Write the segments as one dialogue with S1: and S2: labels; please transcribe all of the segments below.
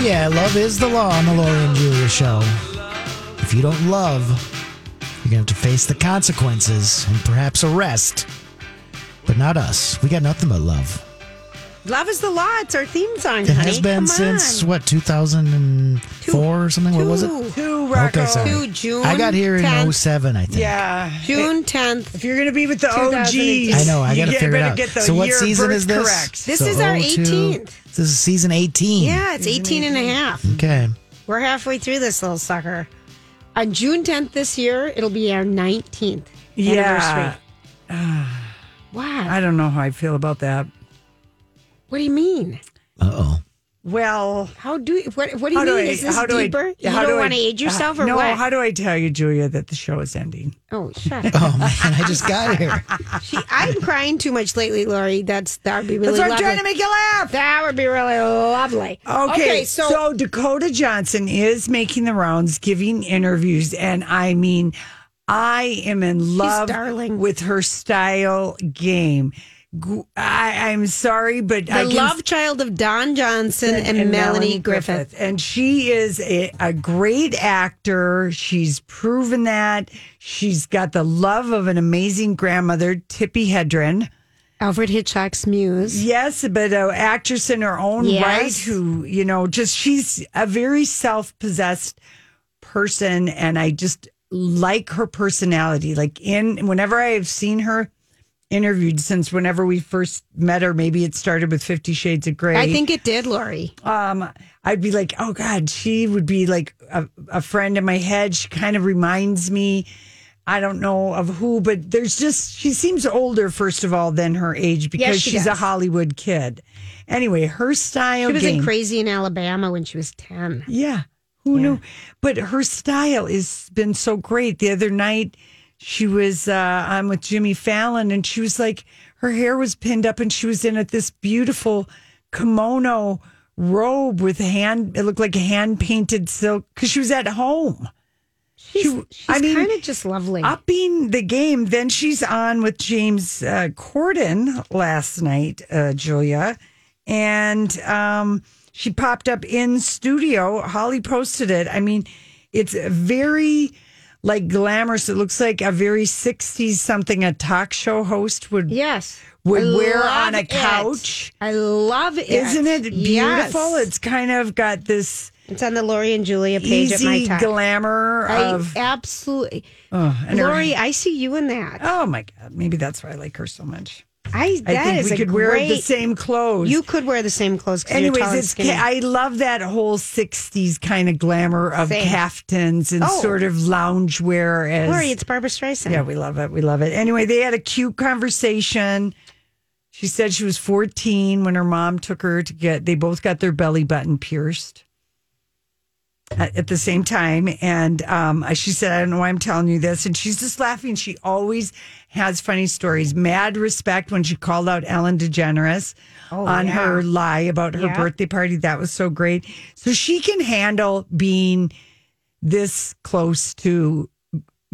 S1: Oh yeah, love is the law on the Lori and Julia show. If you don't love, you're gonna have to face the consequences and perhaps arrest. But not us. We got nothing but love.
S2: Love is the law. It's our theme song.
S1: It has been since what 2004 or something. What was it?
S2: Two,
S1: Okay, sorry.
S2: Two, June.
S1: I got here in
S2: 10th.
S1: 07, I think.
S3: Yeah.
S2: June tenth.
S3: Uh, If you're going to be with the
S2: 2018.
S3: OGs,
S1: I know. I
S3: you
S1: got to
S3: get-
S1: figure it
S3: better
S1: out.
S3: Get the
S1: so what
S3: year of
S1: season
S3: birth
S1: is this?
S3: Correct. oh
S2: This
S1: So
S2: is our
S1: 02.
S2: 18th.
S1: This is season 18.
S2: Yeah, it's 18 and a half.
S1: Okay.
S2: We're halfway through this little sucker. On June tenth this year, it'll be our nineteenth
S3: Yeah.
S2: anniversary. Wow.
S3: I don't know how I feel about that.
S2: what do you mean?
S1: Uh oh.
S3: Well,
S2: How do you, what? What do you
S3: how do
S2: mean?
S3: I?
S2: is this
S3: how do
S2: deeper?
S3: I?
S2: you
S3: how do
S2: don't
S3: I- uh,
S2: want to age yourself or
S3: no,
S2: what?
S3: how do I tell you, Julia, that the show is ending?
S2: oh, shut up.
S1: Oh man, I just got here.
S2: she, I'm crying too much lately, Lori. That's that would be
S3: That's
S2: really.
S3: why I'm
S2: lovely.
S3: trying to make you laugh.
S2: That would be really lovely.
S3: Okay,
S2: so,
S3: so, Dakota Johnson is making the rounds, giving interviews, and I mean, I am in love
S2: darling.
S3: with her style game. G- I, am sorry, but
S2: the
S3: I can
S2: love child of Don Johnson and, Melanie, Griffith.
S3: And she is a, a great actor. She's proven that. She's got the love of an amazing grandmother, Tippi Hedren.
S2: Alfred Hitchcock's muse.
S3: Yes, but an actress in her own
S2: Yes.
S3: right who, you know, just she's a very self possessed person. And I just like her personality. Like, in whenever I have seen her interviewed since whenever we first met her, maybe it started with Fifty Shades of Grey.
S2: I think it did, Lori.
S3: um, I'd be like, oh God, she would be like a, a friend in my head. She kind of reminds me, I don't know of who, but there's just, she seems older, first of all, than her age because
S2: she
S3: she's a
S2: does.
S3: Hollywood kid. Anyway, her style
S2: She was
S3: game.
S2: in Crazy in Alabama when she was 10.
S3: Yeah. Who knew? But her style has been so great. The other night, she was uh, on with Jimmy Fallon, and she was like, her hair was pinned up, and she was in at this beautiful kimono robe with hand. It looked like hand painted silk because she was at home.
S2: She's,
S3: She-
S2: she's
S3: I mean,
S2: kind of just lovely.
S3: Upping the game, then she's on with James uh, Corden last night, uh, Julia, and um, she popped up in studio. Holly posted it. I mean, it's very like glamorous. It looks like a very '60s something a talk show host would
S2: yes.
S3: would
S2: I
S3: wear on
S2: love
S3: a
S2: it.
S3: couch.
S2: I love it.
S3: Isn't it beautiful?
S2: Yes.
S3: It's kind of got this
S2: It's on the Lori and Julia page at my
S3: easy
S2: time.
S3: glamour
S2: I
S3: of.
S2: absolutely.
S3: Oh, and her-
S2: Lori, I see you in that.
S3: oh my God! Maybe that's why I like her so much.
S2: I,
S3: I
S2: that
S3: think
S2: is
S3: we
S2: a
S3: could
S2: great,
S3: wear the same clothes.
S2: You could wear the same clothes. 'cause you're tall
S3: Anyways,
S2: and
S3: it's
S2: skinny.
S3: I love that whole '60s kind of glamour of
S2: Same.
S3: caftans and
S2: Oh.
S3: sort of loungewear. As
S2: Lori, it's Barbara Streisand.
S3: yeah, we love it. We love it. Anyway, they had a cute conversation. She said she was 14 when her mom took her to get. They both got their belly button pierced at, at the same time, and um, she said, "I don't know why I'm telling you this," and she's just laughing. She always has funny stories. Mad respect when she called out Ellen DeGeneres on
S2: Oh, yeah.
S3: her lie about her
S2: Yeah.
S3: birthday party. That was so great. So she can handle being this close to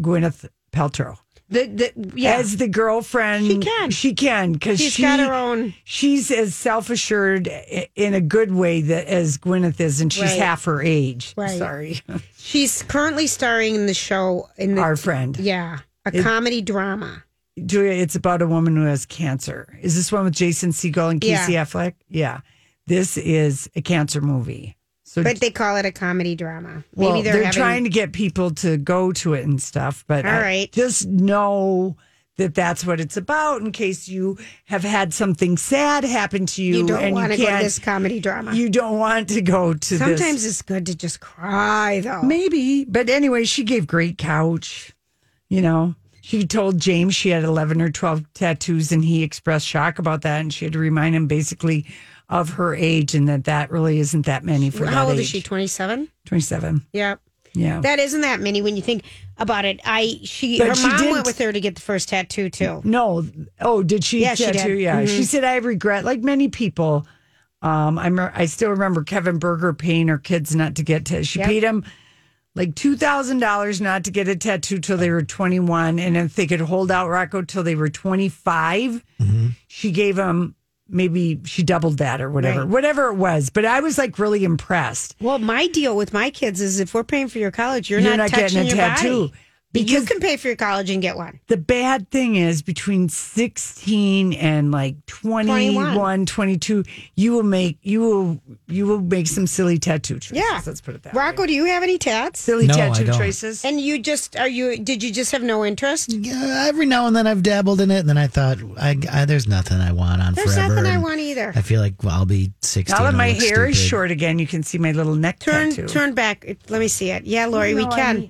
S3: Gwyneth Paltrow
S2: The, the, yeah.
S3: as the girlfriend.
S2: She can.
S3: She can because
S2: She's
S3: she,
S2: got her own-
S3: She's as self assured in a good way that as Gwyneth is, and she's
S2: Right.
S3: half her age.
S2: Right.
S3: Sorry,
S2: She's currently starring in the show in the
S3: our friend
S2: yeah, a comedy drama.
S3: Julia. It's about a woman who has cancer. Is this one with Jason Segel and Casey Affleck? Yeah. This is a cancer movie. So
S2: But they call it a comedy drama. Maybe
S3: well,
S2: they're, having,
S3: trying to get people to go to it and stuff, but
S2: All
S3: I
S2: right.
S3: just know that that's what it's about in case you have had something sad happen to you,
S2: You don't
S3: and
S2: want to go to
S3: can't-
S2: this comedy drama.
S3: You don't want to go to this.
S2: Sometimes it's good to just cry though.
S3: Maybe. But anyway, she gave great couch. You know, she told James she had 11 or 12 tattoos, and he expressed shock about that. And she had to remind him basically of her age and that that really isn't that many for
S2: How
S3: that
S2: old is
S3: age.
S2: she? Twenty seven.
S3: 27.
S2: Yeah.
S3: Yeah.
S2: That isn't that many when you think about it. I she
S3: But
S2: her
S3: she
S2: mom
S3: did-
S2: went with her to get the first tattoo too.
S3: no. Oh, did she?
S2: Yeah, she did. Mm-hmm.
S3: tattoo? Yeah. She said, I regret, like many people. Um, I'm, I still remember Kevin Berger paying her kids not to get tattoos. She
S2: Yep.
S3: paid him like two thousand dollars not to get a tattoo till they were twenty one, and if they could hold out Rocco till they were twenty she gave him maybe she doubled that or whatever,
S2: Right.
S3: whatever it was. But I was like really impressed.
S2: Well, my deal with my kids is if we're paying for your college, you're, not, touching
S3: getting a
S2: your
S3: tattoo
S2: body.
S3: because
S2: you can pay for your college and get one.
S3: the bad thing is between 16 and like 21,
S2: 21.
S3: 22 you will make you will you will make some silly tattoo choices
S2: Yeah.
S3: let's put it that way
S2: Rocco, do you have any tats?
S3: silly
S1: No, I
S3: tattoo
S1: don't.
S3: choices
S2: And you just are you? Did you just have no interest?
S1: Yeah, every now and then I've dabbled in it, and then I thought, I, I- there's nothing I want on
S2: There's
S1: forever.
S2: nothing I
S1: and
S2: want either.
S1: I feel like well, I'll be 16.
S3: now that
S1: I'll
S3: my
S1: look
S3: hair is
S1: stupid.
S3: short again you can see my little neck
S2: Turn
S3: tattoo
S2: turn back. Let me see it. Yeah, Lori,
S3: No,
S2: we
S3: I
S2: can.
S3: need-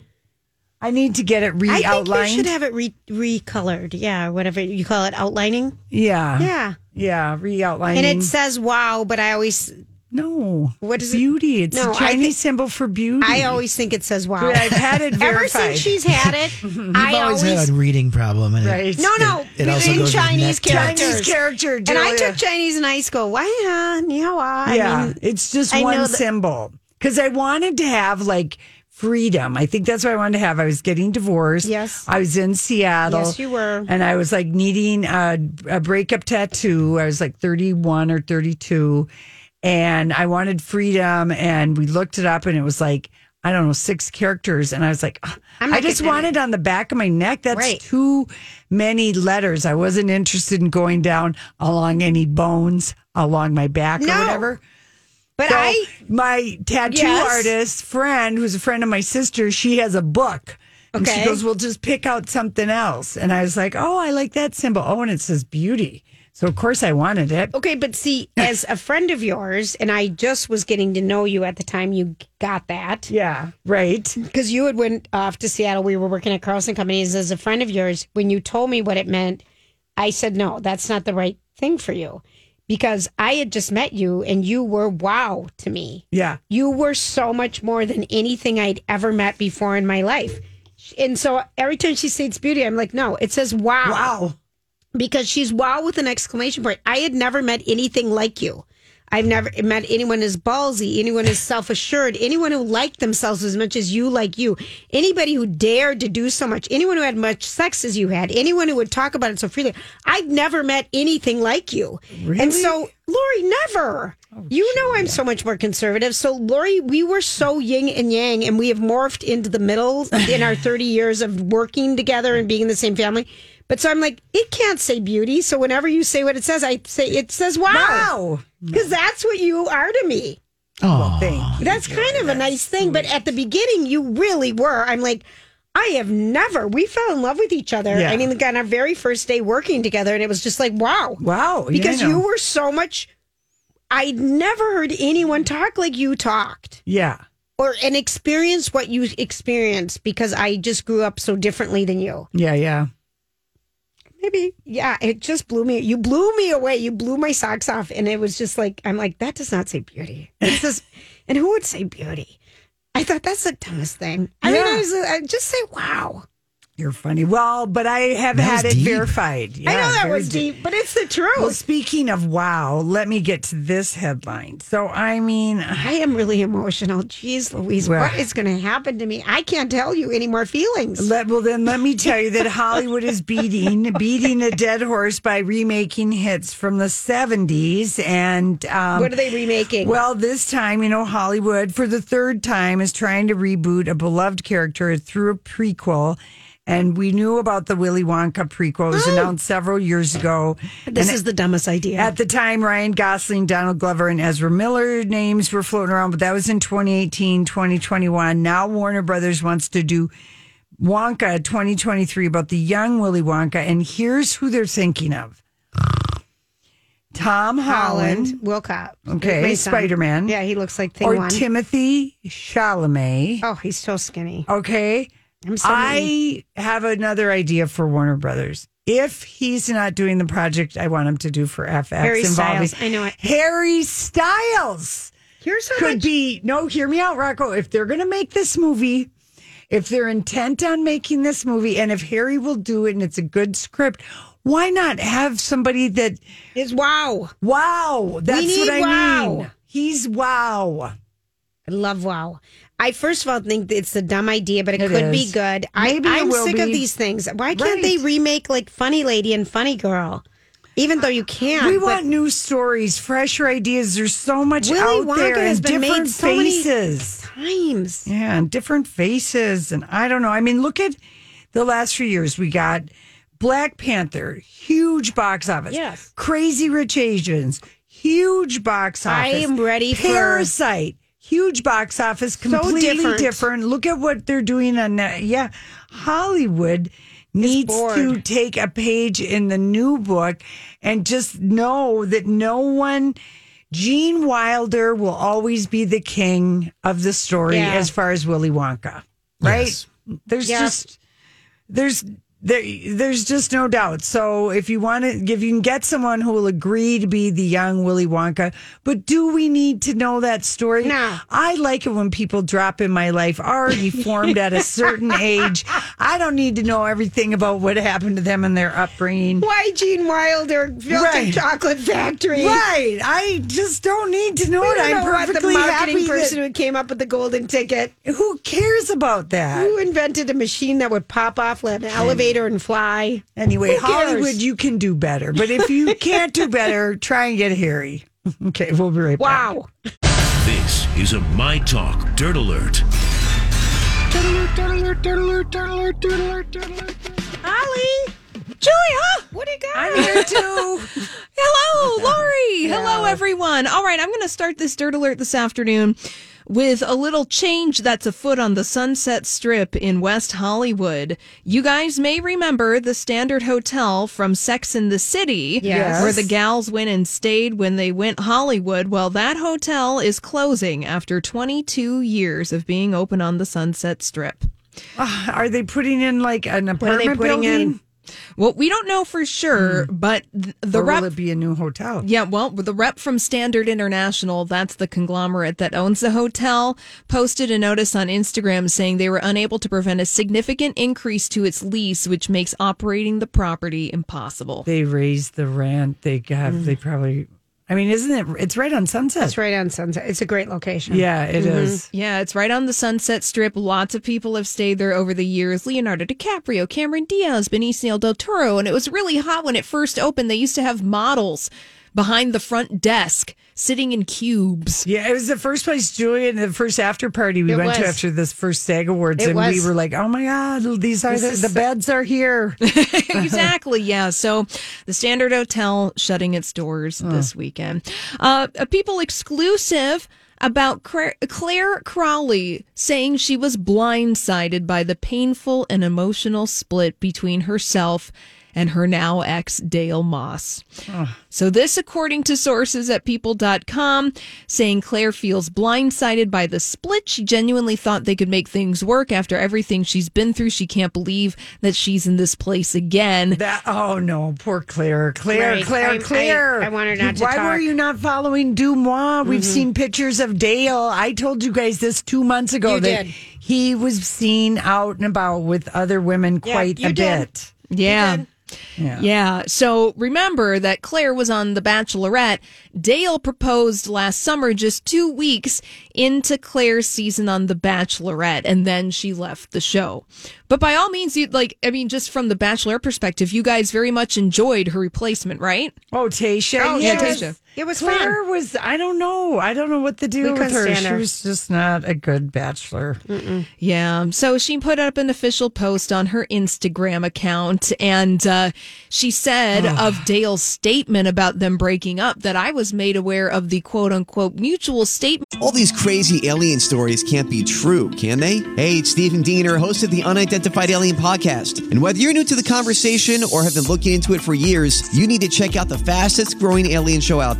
S3: i need to get it
S2: I think you
S3: re-outlined
S2: should have it re- recolored. Yeah, whatever you call it, outlining.
S3: yeah yeah,
S2: Yeah,
S3: re-outlining
S2: and it says "Wow," but I always,
S3: no
S2: What is it?
S3: beauty it's
S2: No,
S3: a
S2: I
S3: chinese
S2: think-
S3: symbol for beauty
S2: I always think it says "Wow."
S3: I've had it
S2: Ever
S3: verified.
S2: since she's had it, I
S1: I've always,
S2: always,
S1: had a reading problem, and it-
S3: Right.
S2: no no
S1: It also
S2: in
S1: goes with
S2: Chinese
S1: neck tats.
S2: characters.
S3: chinese character
S2: and I
S3: Julia.
S2: took Chinese in high school. Why, huh? Ni hao ah. I
S3: yeah,
S2: mean,
S3: it's just
S2: I know
S3: one
S2: that-
S3: symbol. Because I wanted to have like freedom. I think that's what I wanted to have. I was getting divorced.
S2: Yes.
S3: I was in Seattle.
S2: Yes, you were.
S3: And I was like needing a, a breakup tattoo. I was like 31 or 32. And I wanted freedom. And we looked it up and it was like, I don't know, six characters. And I was like, "Ugh."
S2: I'm not
S3: I just
S2: getting
S3: wanted on the back of my neck. That's
S2: Right.
S3: too many letters. I wasn't interested in going down along any bones along my back
S2: No.
S3: or whatever.
S2: but
S3: So
S2: I
S3: my tattoo
S2: Yes.
S3: artist friend, who's a friend of my sister, she has a book. And
S2: Okay.
S3: she goes, Well, just pick out something else. And I was like, Oh, I like that symbol. Oh, and it says beauty. So, of course, I wanted it.
S2: okay, but see, as a friend of yours, and I just was getting to know you at the time you got that.
S3: Yeah. Right.
S2: because you had went off to Seattle. We were working at Carlson Companies as a friend of yours. When you told me what it meant, I said, no, that's not the right thing for you because I had just met you and you were wow to me.
S3: Yeah.
S2: You were so much more than anything I'd ever met before in my life. And so every time she states beauty, I'm like, no, it says wow.
S3: Wow.
S2: Because she's wow with an exclamation point. I had never met anything like you. I've never met anyone as ballsy, anyone as self assured, anyone who liked themselves as much as you like you, anybody who dared to do so much, anyone who had much sex as you had, anyone who would talk about it so freely. I've never met anything like you. And so, Lori, never. you know, I'm so much more conservative. So, Lori, we were so yin and yang, and we have morphed into the middle in our 30 years of working together and being in the same family. But so I'm like, it can't say beauty. So whenever you say what it says, I say it says
S3: Wow.
S2: because that's what you are to me.
S1: Aw.
S3: Thank you.
S2: That's kind of a nice thing. But at the beginning, you really were. I'm like, I have never. We fell in love with each other.
S3: Yeah.
S2: I mean, like on our very first day working together, and it was just like, wow.
S3: Wow. Yeah,
S2: Because
S3: I know.
S2: you were so much. I'd never heard anyone talk like you talked
S3: Yeah.
S2: or and experience what you experienced because I just grew up so differently than you.
S3: Yeah. Yeah.
S2: Maybe, yeah, it just blew me. You blew me away. You blew my socks off. And it was just like, I'm like, that does not say beauty. It says, and who would say beauty? I thought that's the dumbest thing. I mean, I
S3: Yeah.
S2: was I just say, wow.
S3: You're funny. Well, but I have
S1: That was
S3: had it
S1: deep.
S3: verified.
S2: I know
S3: Yeah,
S2: that
S3: very
S2: was deep, but it's the truth.
S3: Well, speaking of wow, let me get to this headline. So, I mean,
S2: I am really emotional. Jeez Louise,
S3: Well-
S2: what is going to happen to me? I can't tell you any more feelings.
S3: Let, well, then let me tell you that Hollywood is beating beating a dead horse by remaking hits from the seventies, and um,
S2: what are they remaking?
S3: well, this time, you know, Hollywood for the third time is trying to reboot a beloved character through a prequel. And we knew about the Willy Wonka prequel. It was announced several years ago.
S2: This is the dumbest idea.
S3: At the time, Ryan Gosling, Donald Glover, and Ezra Miller names were floating around, but that was in 2018, 2021. Now Warner Brothers wants to do Wonka 2023 about the young Willy Wonka. And here's who they're thinking of Tom Holland,
S2: Holland, Wilcott.
S3: Okay,
S2: my son.
S3: Spider-Man.
S2: Yeah, he looks like Thing
S3: or
S2: One.
S3: Timothy Chalamet.
S2: oh, he's so skinny.
S3: Okay.
S2: I'm so mean.
S3: I have another idea for Warner Brothers. If he's not doing the project I want him to do for FX
S2: Harry
S3: involving
S2: Styles. I know it.
S3: Harry Styles
S2: Here's how
S3: could
S2: much-
S3: be no, hear me out, Rocco. If they're gonna make this movie, if they're intent on making this movie, and if Harry will do it and it's a good script, why not have somebody that
S2: is wow.
S3: wow, that's
S2: need
S3: what I
S2: wow.
S3: mean. He's wow.
S2: I love wow. I first of all think that it's a dumb idea, but it,
S3: It
S2: could be
S3: is.
S2: good.
S3: Maybe it
S2: I, I'm
S3: will
S2: sick of
S3: be.
S2: these things. Why can't
S3: Right.
S2: they remake like Funny Lady and Funny Girl? Even though you can,
S3: We
S2: but
S3: want new stories, fresher ideas. There's so much
S2: Willy
S3: out there
S2: Wonka has
S3: and
S2: been made
S3: different
S2: so many-
S3: faces.
S2: times.
S3: Yeah, and different faces. And I don't know. I mean, look at the last few years. We got Black Panther, huge box office.
S2: Yes.
S3: Crazy Rich Asians, huge box
S2: I
S3: office.
S2: am ready for-
S3: Parasite. Huge box office, completely
S2: different.
S3: different. Look at what they're doing on that. Yeah, Hollywood needs
S2: bored.
S3: to take a page in the new book and just know that no one Gene Wilder will always be the king of the story
S2: Yeah.
S3: as far as Willy Wonka. Right?
S1: Yes.
S3: There's
S2: Yeah.
S3: just there's there, there's just no doubt. So if you want to, if you can get someone who will agree to be the young Willy Wonka, but do we need to know that story?
S2: No.
S3: I like it when people drop in my life already formed at a certain age. I don't need to know everything about what happened to them and their upbringing.
S2: Why Gene Wilder built
S3: Right.
S2: a chocolate factory?
S3: Right. I just don't need to know
S2: We
S3: it.
S2: don't
S3: I'm
S2: know what the
S3: perfectly happy.
S2: marketing
S3: that-
S2: person who came up with the golden ticket.
S3: who cares about that?
S2: Who invented a machine that would pop off like an elevator and fly?
S3: Anyway,
S2: Who cares?
S3: Hollywood, you can do better. But if you can't do better, try and get Harry. Okay, we'll be right back.
S2: Wow.
S4: This is a My Talk Dirt Alert.
S3: Holly! Julia!
S2: What do you got?
S3: I'm here too.
S5: Hello, Lori. Hello, everyone. All right, I'm going to start this dirt alert this afternoon with a little change that's afoot on the Sunset Strip in West Hollywood. You guys may remember the Standard Hotel from Sex in the City,
S2: Yes.
S5: where the gals went and stayed when they went Hollywood. Well, that hotel is closing after 22 years of being open on the Sunset Strip.
S3: Are they putting in like an apartment
S2: are they putting
S3: building?
S2: in?
S5: Well, we don't know for sure, but th- the
S3: Or
S5: rep.
S3: will it be a new hotel?
S5: Yeah, well, the rep from Standard International, that's the conglomerate that owns the hotel, posted a notice on Instagram saying they were unable to prevent a significant increase to its lease, which makes operating the property impossible.
S3: They raised the rent. They have. They probably. I mean, isn't it? It's right on Sunset.
S2: It's Mm. right Mm-hmm. on Sunset. It's a great location.
S3: Yeah, it is.
S5: Yeah, it's right on the Sunset Strip. Lots of people have stayed there over the years. Leonardo DiCaprio, Cameron Diaz, Benicio del Toro, and it was really hot when it first opened. They used to have models behind the front desk sitting in cubes.
S3: Yeah, it was the first place, Julia, and the first after party we
S2: It
S3: went to
S2: was.
S3: after this first SAG Awards,
S2: It
S3: and we
S2: was.
S3: were like, "Oh my God, these are the, the beds are here."
S5: exactly. Yeah. So the Standard Hotel shutting its doors this weekend. Uh, a people exclusive about Claire, Claire Crowley saying she was blindsided by the painful and emotional split between herself and her now ex Dale Moss. So, this, according to sources at people.com, saying Claire feels blindsided by the split. She genuinely thought they could make things work after everything she's been through. She can't believe that she's in this place again.
S3: that oh no, poor Claire, Claire,
S2: Right.
S3: Claire,
S2: I- I-
S3: Claire.
S2: I want her not to
S3: Why were
S2: talk. Mm-hmm.
S3: you not following Dumois? We've seen pictures of Dale. I told you guys this two months ago
S2: You
S3: that
S2: did.
S3: he was seen out and about with other women
S2: Yeah,
S3: quite
S2: you
S3: a
S2: did.
S3: bit.
S5: Yeah. Yeah. So remember that Claire was on The Bachelorette. Dale proposed last summer, just two weeks into Claire's season on The Bachelorette, and then she left the show. But by all means, you like, I mean, just from the Bachelorette perspective, you guys very much enjoyed her replacement, right?
S3: Oh, Tasha.
S2: Oh,
S3: yes.
S2: Tasha. It was
S3: Claire
S2: fun.
S3: was, I don't know. I don't know what to
S2: We
S3: do with
S2: couldn't
S3: her.
S2: stand
S3: She
S2: her.
S3: was just not a good bachelor.
S5: Yeah. So she put up an official post on her Instagram account and uh, she said of Dale's statement about them breaking up that I was made aware of the quote unquote mutual statement
S6: All these crazy alien stories can't be true, can they? Hey, it's Stephen Diener, host of the Unidentified Alien Podcast. And whether you're new to the conversation or have been looking into it for years, you need to check out the fastest growing alien show out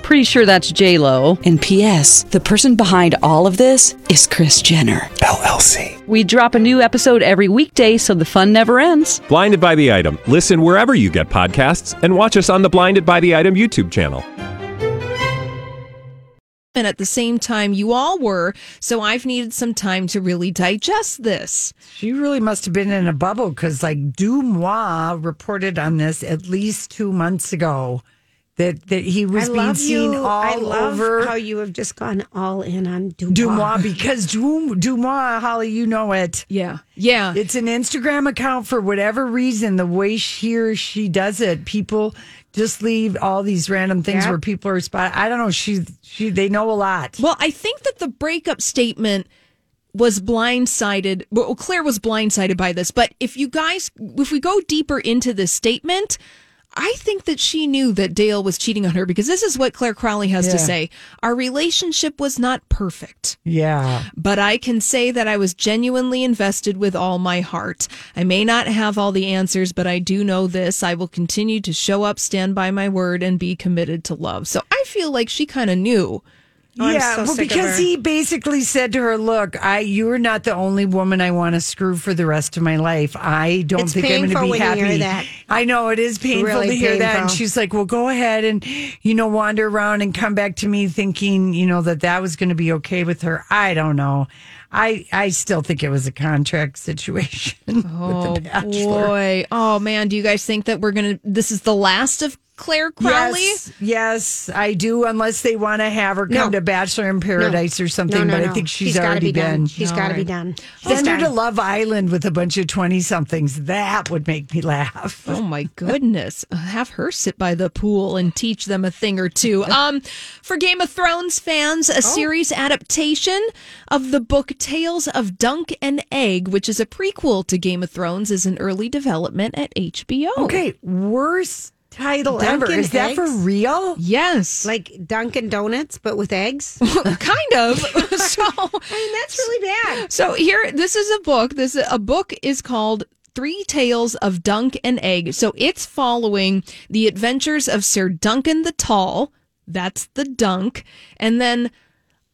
S7: Pretty sure that's J Lo. And P.S. The person behind all of this is Chris Jenner.
S8: LLC.
S7: We drop a new episode every weekday, so the fun never ends.
S8: Blinded by the item. Listen wherever you get podcasts, and watch us on the Blinded by the Item YouTube channel.
S5: and at the same time you all were. So I've needed some time to really digest this.
S3: She really must have been in a bubble because, like, Dumois reported on this at least two months ago that, that he
S2: I
S3: was being
S2: love
S3: seen
S2: you.
S3: all
S2: I love
S3: over
S2: how you have just gone all in on Dumois.
S3: Dumois because Du- Dumois, Holly, you know it.
S5: Yeah. Yeah.
S3: It's an Instagram account for whatever reason, the way she or she does it. People just leave all these random things
S2: Yeah.
S3: where people are spot. I don't know. She, she, they know a lot.
S5: Well, I think that the breakup statement was blindsided. Well, Claire was blindsided by this, but if you guys, if we go deeper into this statement, I think that she knew that Dale was cheating on her because this is what Claire Crowley has to
S3: Yeah.
S5: say. Our relationship was not perfect
S3: Yeah.
S5: but I can say that I was genuinely invested with all my heart. I may not have all the answers, but I do know this. I will continue to show up, stand by my word, and be committed to love. So I feel like she kind of knew.
S2: Oh, I'm
S3: yeah,
S2: so
S3: well,
S2: sick of
S3: because
S2: her.
S3: he basically said to her, "Look, I you're not the only woman I want to screw for the rest of my life. I don't
S2: It's
S3: think I'm going to
S2: painful
S3: be
S2: when you
S3: happy."
S2: hear that.
S3: I know it is painful
S2: Really
S3: to hear that. And
S2: painful.
S3: she's like, "Well, go ahead and you know wander around and come back to me thinking you know that that was going to be okay with her." I don't know. I I still think it was a contract situation
S5: Oh
S3: with the bachelor.
S5: boy! Oh man! Do you guys think that we're gonna? This is the last of Claire Crowley.
S3: Yes, yes, I do. Unless they want to have her
S2: No.
S3: come to Bachelor in Paradise or something,
S2: No, no,
S3: but
S2: no.
S3: I think she's,
S2: she's gotta
S3: already
S2: be done.
S3: been.
S2: She's got to be done. She's
S3: Send her to
S2: done.
S3: Love Island with a bunch of 20 somethings. That would make me laugh.
S5: Oh my goodness. Have her sit by the pool and teach them a thing or two. Um, for Game of Thrones fans, a
S2: Oh.
S5: series adaptation of the book Tales of Dunk and Egg, which is a prequel to Game of Thrones, is in early development at HBO.
S3: Okay, worst title
S2: Dunkin'
S3: ever. Is that for
S2: Eggs?
S3: real?
S5: Yes.
S2: like Dunkin' Donuts, but with eggs.
S5: kind of. so
S2: I mean, that's really bad.
S5: So here, this is a book. This a book is called Three Tales of Dunk and Egg. So it's following the adventures of Sir Duncan the Tall. That's the Dunk, and then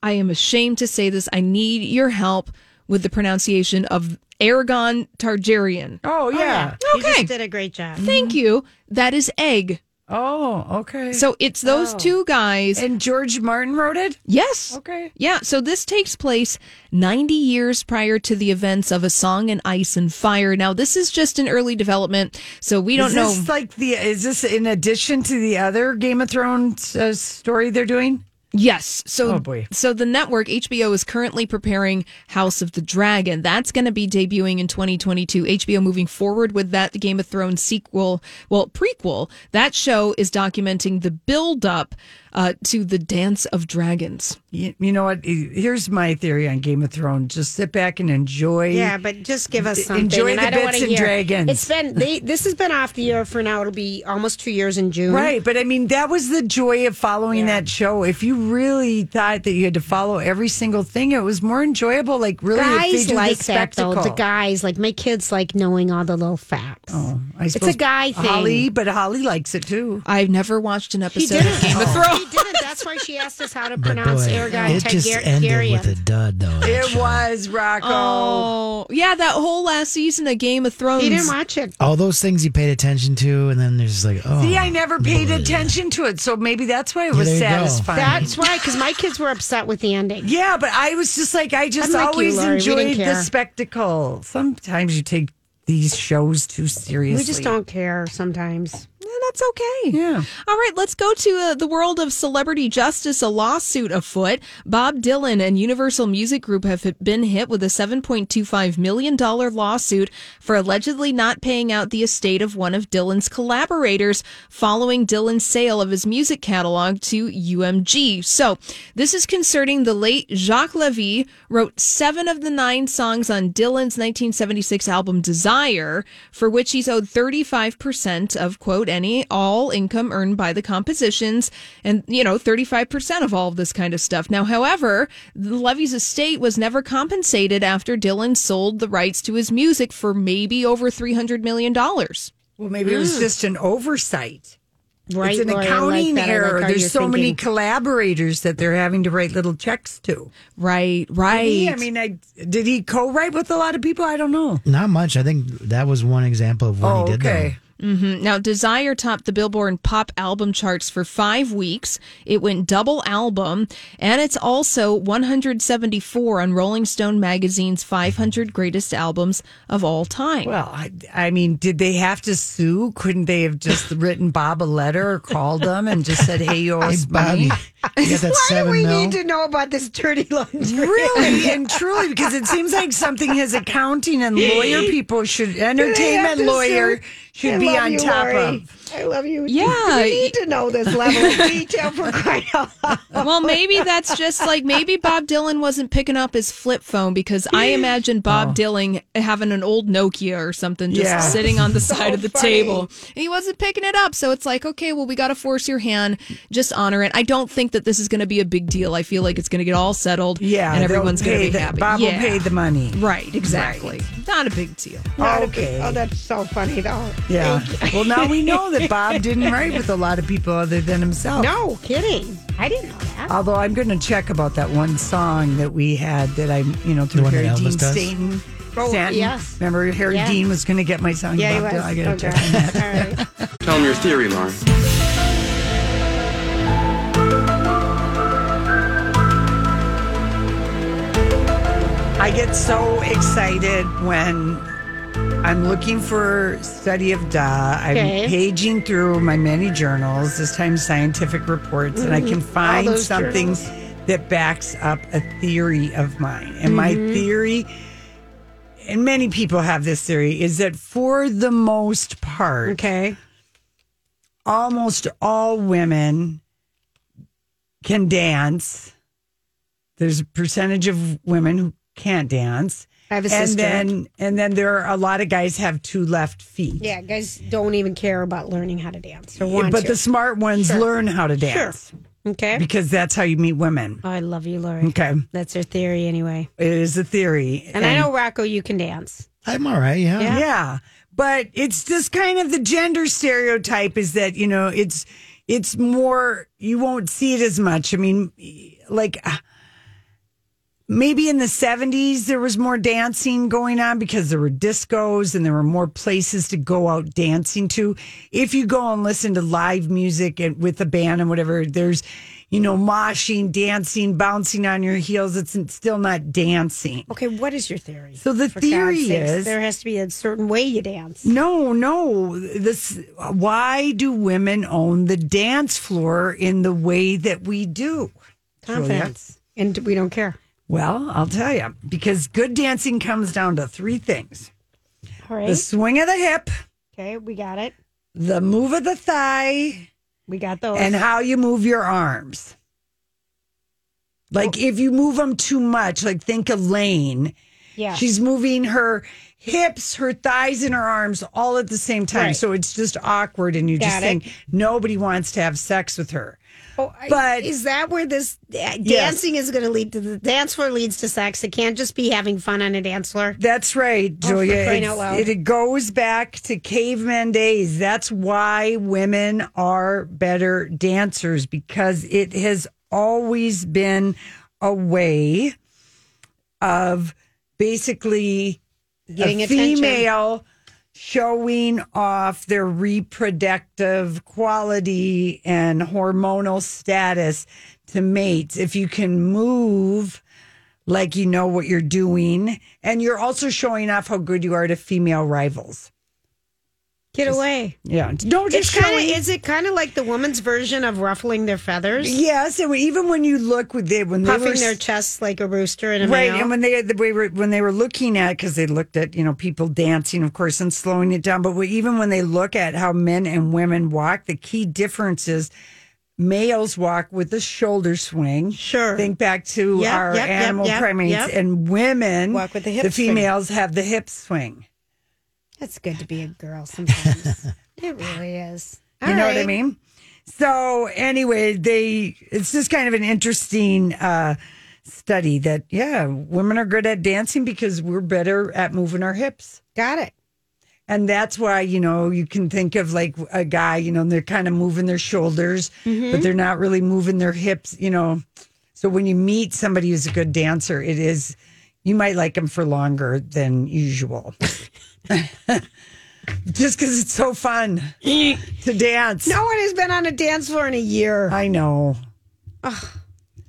S5: I am ashamed to say this. I need your help with the pronunciation of Aragon Targaryen.
S3: Oh, yeah.
S2: You just
S5: Okay.
S2: did a great job.
S5: Thank you. That is Egg.
S3: Oh, okay.
S5: So it's those two guys.
S3: and George Martin wrote it?
S5: yes.
S3: Okay.
S5: Yeah, so this takes place 90 years prior to the events of A Song in Ice and Fire. Now, this is just an early development, so we don't
S3: is
S5: know.
S3: this like the is this in addition to the other Game of Thrones uh, story they're doing?
S5: yes, so
S3: Oh, boy.
S5: so the network HBO is currently preparing House of the Dragon. That's going to be debuting in 2022. HBO moving forward with that the Game of Thrones sequel, well, prequel. That show is documenting the build up uh, to the Dance of Dragons.
S3: You, you know what? Here's my theory on Game of Thrones. Just sit back and enjoy.
S2: Yeah, but just give us something.
S3: Enjoy
S2: and
S3: the
S2: I don't
S3: bits
S2: wanna
S3: and
S2: hear-
S3: dragons.
S2: It's been they, this has been off the air for now. It'll be almost two years in June.
S3: Right, but I mean that was the joy of following that show. If you really thought that you had to follow every single thing, it was more enjoyable. Like really, if they
S2: Guys
S3: do the
S2: like that though. The
S3: spectacle.
S2: guys like my kids like knowing all the little facts. Oh,
S3: I
S2: it's a
S3: suppose
S2: guy thing.
S3: Holly, but Holly likes it too.
S5: I've never watched an
S2: He
S5: episode
S2: didn't.
S5: of Game of
S2: Oh.
S5: Thrones.
S2: He didn't. That's That's why she asked us how to
S1: But
S2: pronounce
S1: boy,
S2: Aragon
S1: it just ended with a
S2: Targaryen.
S1: dud, though. that
S3: It
S1: show.
S3: was Rocco.
S5: Oh, yeah, that whole last season of Game of Thrones.
S2: He didn't watch it.
S1: All those things you paid attention to, and then there's like, oh.
S3: See, I never paid
S1: bleh.
S3: attention to it, so maybe that's why it
S1: Yeah,
S3: was
S1: there you go.
S3: satisfying.
S2: That's why, because my kids were upset with the ending.
S3: yeah, but I was just like, I just
S2: I'm like you,
S3: always
S2: Lori. We didn't
S3: enjoyed the
S2: care.
S3: spectacle. Sometimes you take these shows too seriously.
S2: We just don't care sometimes.
S5: Yeah, that's okay. Yeah. All right, let's go to uh, the world of celebrity justice. A lawsuit afoot. Bob Dylan and Universal Music Group have been hit with a $7.25 million lawsuit for allegedly not paying out the estate of one of Dylan's collaborators following Dylan's sale of his music catalog to UMG. So, this is concerning the late Jacques Levy, wrote seven of the nine songs on Dylan's 1976 album Desire, for which he's owed 35% of, quote, any all income earned by the compositions, and, you know, 35% of all of this kind of stuff. Now, however, Levy's estate was never compensated after Dylan sold the rights to his music for maybe over $300 million.
S3: Well, maybe it was just an oversight.
S2: Mm. Right,
S3: it's an
S2: Lori, I like
S3: accounting
S2: that. I like
S3: error.
S2: how you're
S3: There's so many
S2: thinking.
S3: collaborators that they're having to write little checks to.
S5: Right, right.
S3: Yeah, I mean, I, did he co-write with a lot of people? I don't know.
S1: Not much. I think that was one example of what
S3: oh,
S1: he did. there.
S3: okay.
S5: Now, Desire topped the Billboard pop album charts for five weeks. It went double album, and it's also 174 on Rolling Stone magazine's 500 greatest albums of all time.
S3: Well, I, I mean, did they have to sue? Couldn't they have just written Bob a letter or called them and just said, "Hey, you owe
S1: Hey,
S3: us
S1: Bobby,
S3: money"?
S1: you got that
S2: Why do
S1: seven
S2: we
S1: mil?
S2: need to know about this dirty laundry?
S3: Really and truly, because it seems like something his accounting and lawyer people should, entertainment
S2: to
S3: lawyer
S2: sue?
S3: should
S2: I
S3: be
S2: love
S3: on
S2: you,
S3: top
S2: Lori.
S3: of.
S2: I love you.
S5: Yeah.
S2: We need to know this level of detail for crying out loud.
S5: well, maybe that's just like maybe Bob Dylan wasn't picking up his flip phone because I imagine Bob Dylan having an old Nokia or something just
S3: Oh. Yeah.
S5: sitting on the side of the
S2: funny.
S5: table. And he wasn't picking it up. So it's like, okay, well, we got to force your hand. Just honor it. I don't think that this is going to be a big deal. I feel like it's going to get all settled.
S3: Yeah,
S5: And
S3: they'll
S5: everyone's going to
S3: pay
S5: be
S3: the-
S5: happy.
S3: Bob will
S5: Yeah.
S3: pay the money.
S5: Right, exactly. Not a big deal.
S3: okay.
S2: Oh, that's so funny, though.
S3: Yeah. Well, now we know that Bob didn't write with a lot of people other than himself.
S2: No kidding. I didn't know that.
S3: Although I'm going to check about that one song that we had that I, you know, through
S1: one that
S3: Harry Dean
S1: Elvis does?
S3: Stanton.
S2: Oh,
S3: Stanton.
S2: yes.
S3: Remember, Harry
S2: Yeah.
S3: Dean was going to get my song.
S2: Yeah, he
S3: about
S2: was. Oh,
S3: that. I got to
S2: Okay.
S3: check on that.
S2: All right.
S4: Tell him your theory, Lauren.
S3: I get so excited when I'm looking for study of Da. I'm
S2: Okay.
S3: paging through my many journals, this time scientific reports, and I can find
S2: Mm-hmm. those
S3: something
S2: journals.
S3: that backs up a theory of mine. And my
S2: Mm-hmm.
S3: theory, and many people have this theory, is that for the most part,
S2: Okay.
S3: almost all women can dance. There's a percentage of women who can't dance.
S2: I have a
S3: and
S2: sister.
S3: then and then there are a lot of guys have two left feet.
S2: yeah, guys don't even care about learning how to dance or want
S3: But
S2: to.
S3: the smart ones
S2: Sure.
S3: learn how to dance
S2: okay.
S3: because that's how you meet women.
S2: Oh, I love you, Lori.
S3: Okay.
S2: That's her theory, anyway.
S3: It is a theory.
S2: And, I know Rocco, you can dance.
S1: I'm all right. Yeah.
S3: Yeah. But it's just kind of the gender stereotype is that, you know, it's it's more you won't see it as much. I mean, like uh, maybe in the 70s there was more dancing going on because there were discos and there were more places to go out dancing to. If you go and listen to live music and with a band and whatever, there's you know, moshing, dancing, bouncing on your heels. It's still not dancing.
S2: Okay, what is your theory?
S3: So the
S2: For
S3: theory
S2: God's sakes,
S3: is-
S2: there has to be a certain way you dance.
S3: No, no. This why do women own the dance floor in the way that we do?
S2: Confidence. And we don't care.
S3: Well, I'll tell you because good dancing comes down to three things:
S2: All right.
S3: the swing of the hip,
S2: okay, we got it.
S3: the move of the thigh,
S2: We got those.
S3: and uh, how you move your arms. Like if you move them too much, like think of Lane.
S2: yeah.
S3: She's moving her hips, her thighs, and her arms all at the same time.
S2: Right.
S3: So it's just awkward. And you just
S2: Got it.
S3: think nobody wants to have sex with her.
S2: Oh, I-
S3: But-
S2: is that where this uh, dancing
S3: Yes.
S2: is going to lead to? The dance floor leads to sex. It can't just be having fun on a dance floor.
S3: That's right,
S2: Oh, for
S3: Julia.
S2: crying
S3: It's-
S2: out loud.
S3: It, goes back to caveman days. That's why women are better dancers because it has always been a way of basically
S2: Getting
S3: a
S2: attention.
S3: female showing off their reproductive quality and hormonal status to mates. If you can move like you know what you're doing, and you're also showing off how good you are to female rivals.
S2: Get away.
S3: Yeah, don't
S2: It's
S3: just
S2: kind of.
S3: showing-
S2: Is it kind of like the woman's version of ruffling their feathers,
S3: Yes, and even when you look with they when they
S2: puffing
S3: were
S2: their chests like a rooster in a
S3: right,
S2: male?
S3: and when they the way were when they were looking at because they looked at you know people dancing, of course, and slowing it down. But we, even when they look at how men and women walk, the key difference is males walk with the shoulder swing.
S2: Sure.
S3: think back to
S2: Yep,
S3: our
S2: yep, yep,
S3: animal
S2: yep,
S3: primates,
S2: yep.
S3: and women
S2: Walk with the hip
S3: The
S2: swing.
S3: females have the hip swing.
S2: That's good to be a girl sometimes. it really is.
S3: You know what I mean? So anyway, they it's just kind of an interesting uh study that yeah, women are good at dancing because we're better at moving our hips.
S2: Got it.
S3: And that's why, you know, you can think of like a guy, you know, and they're kind of moving their shoulders,
S2: Mm-hmm.
S3: but they're not really moving their hips, you know. So when you meet somebody who's a good dancer, it is you might like them for longer than usual. Just because it's so fun to dance.
S2: No one has been on a dance floor in a year.
S3: I know.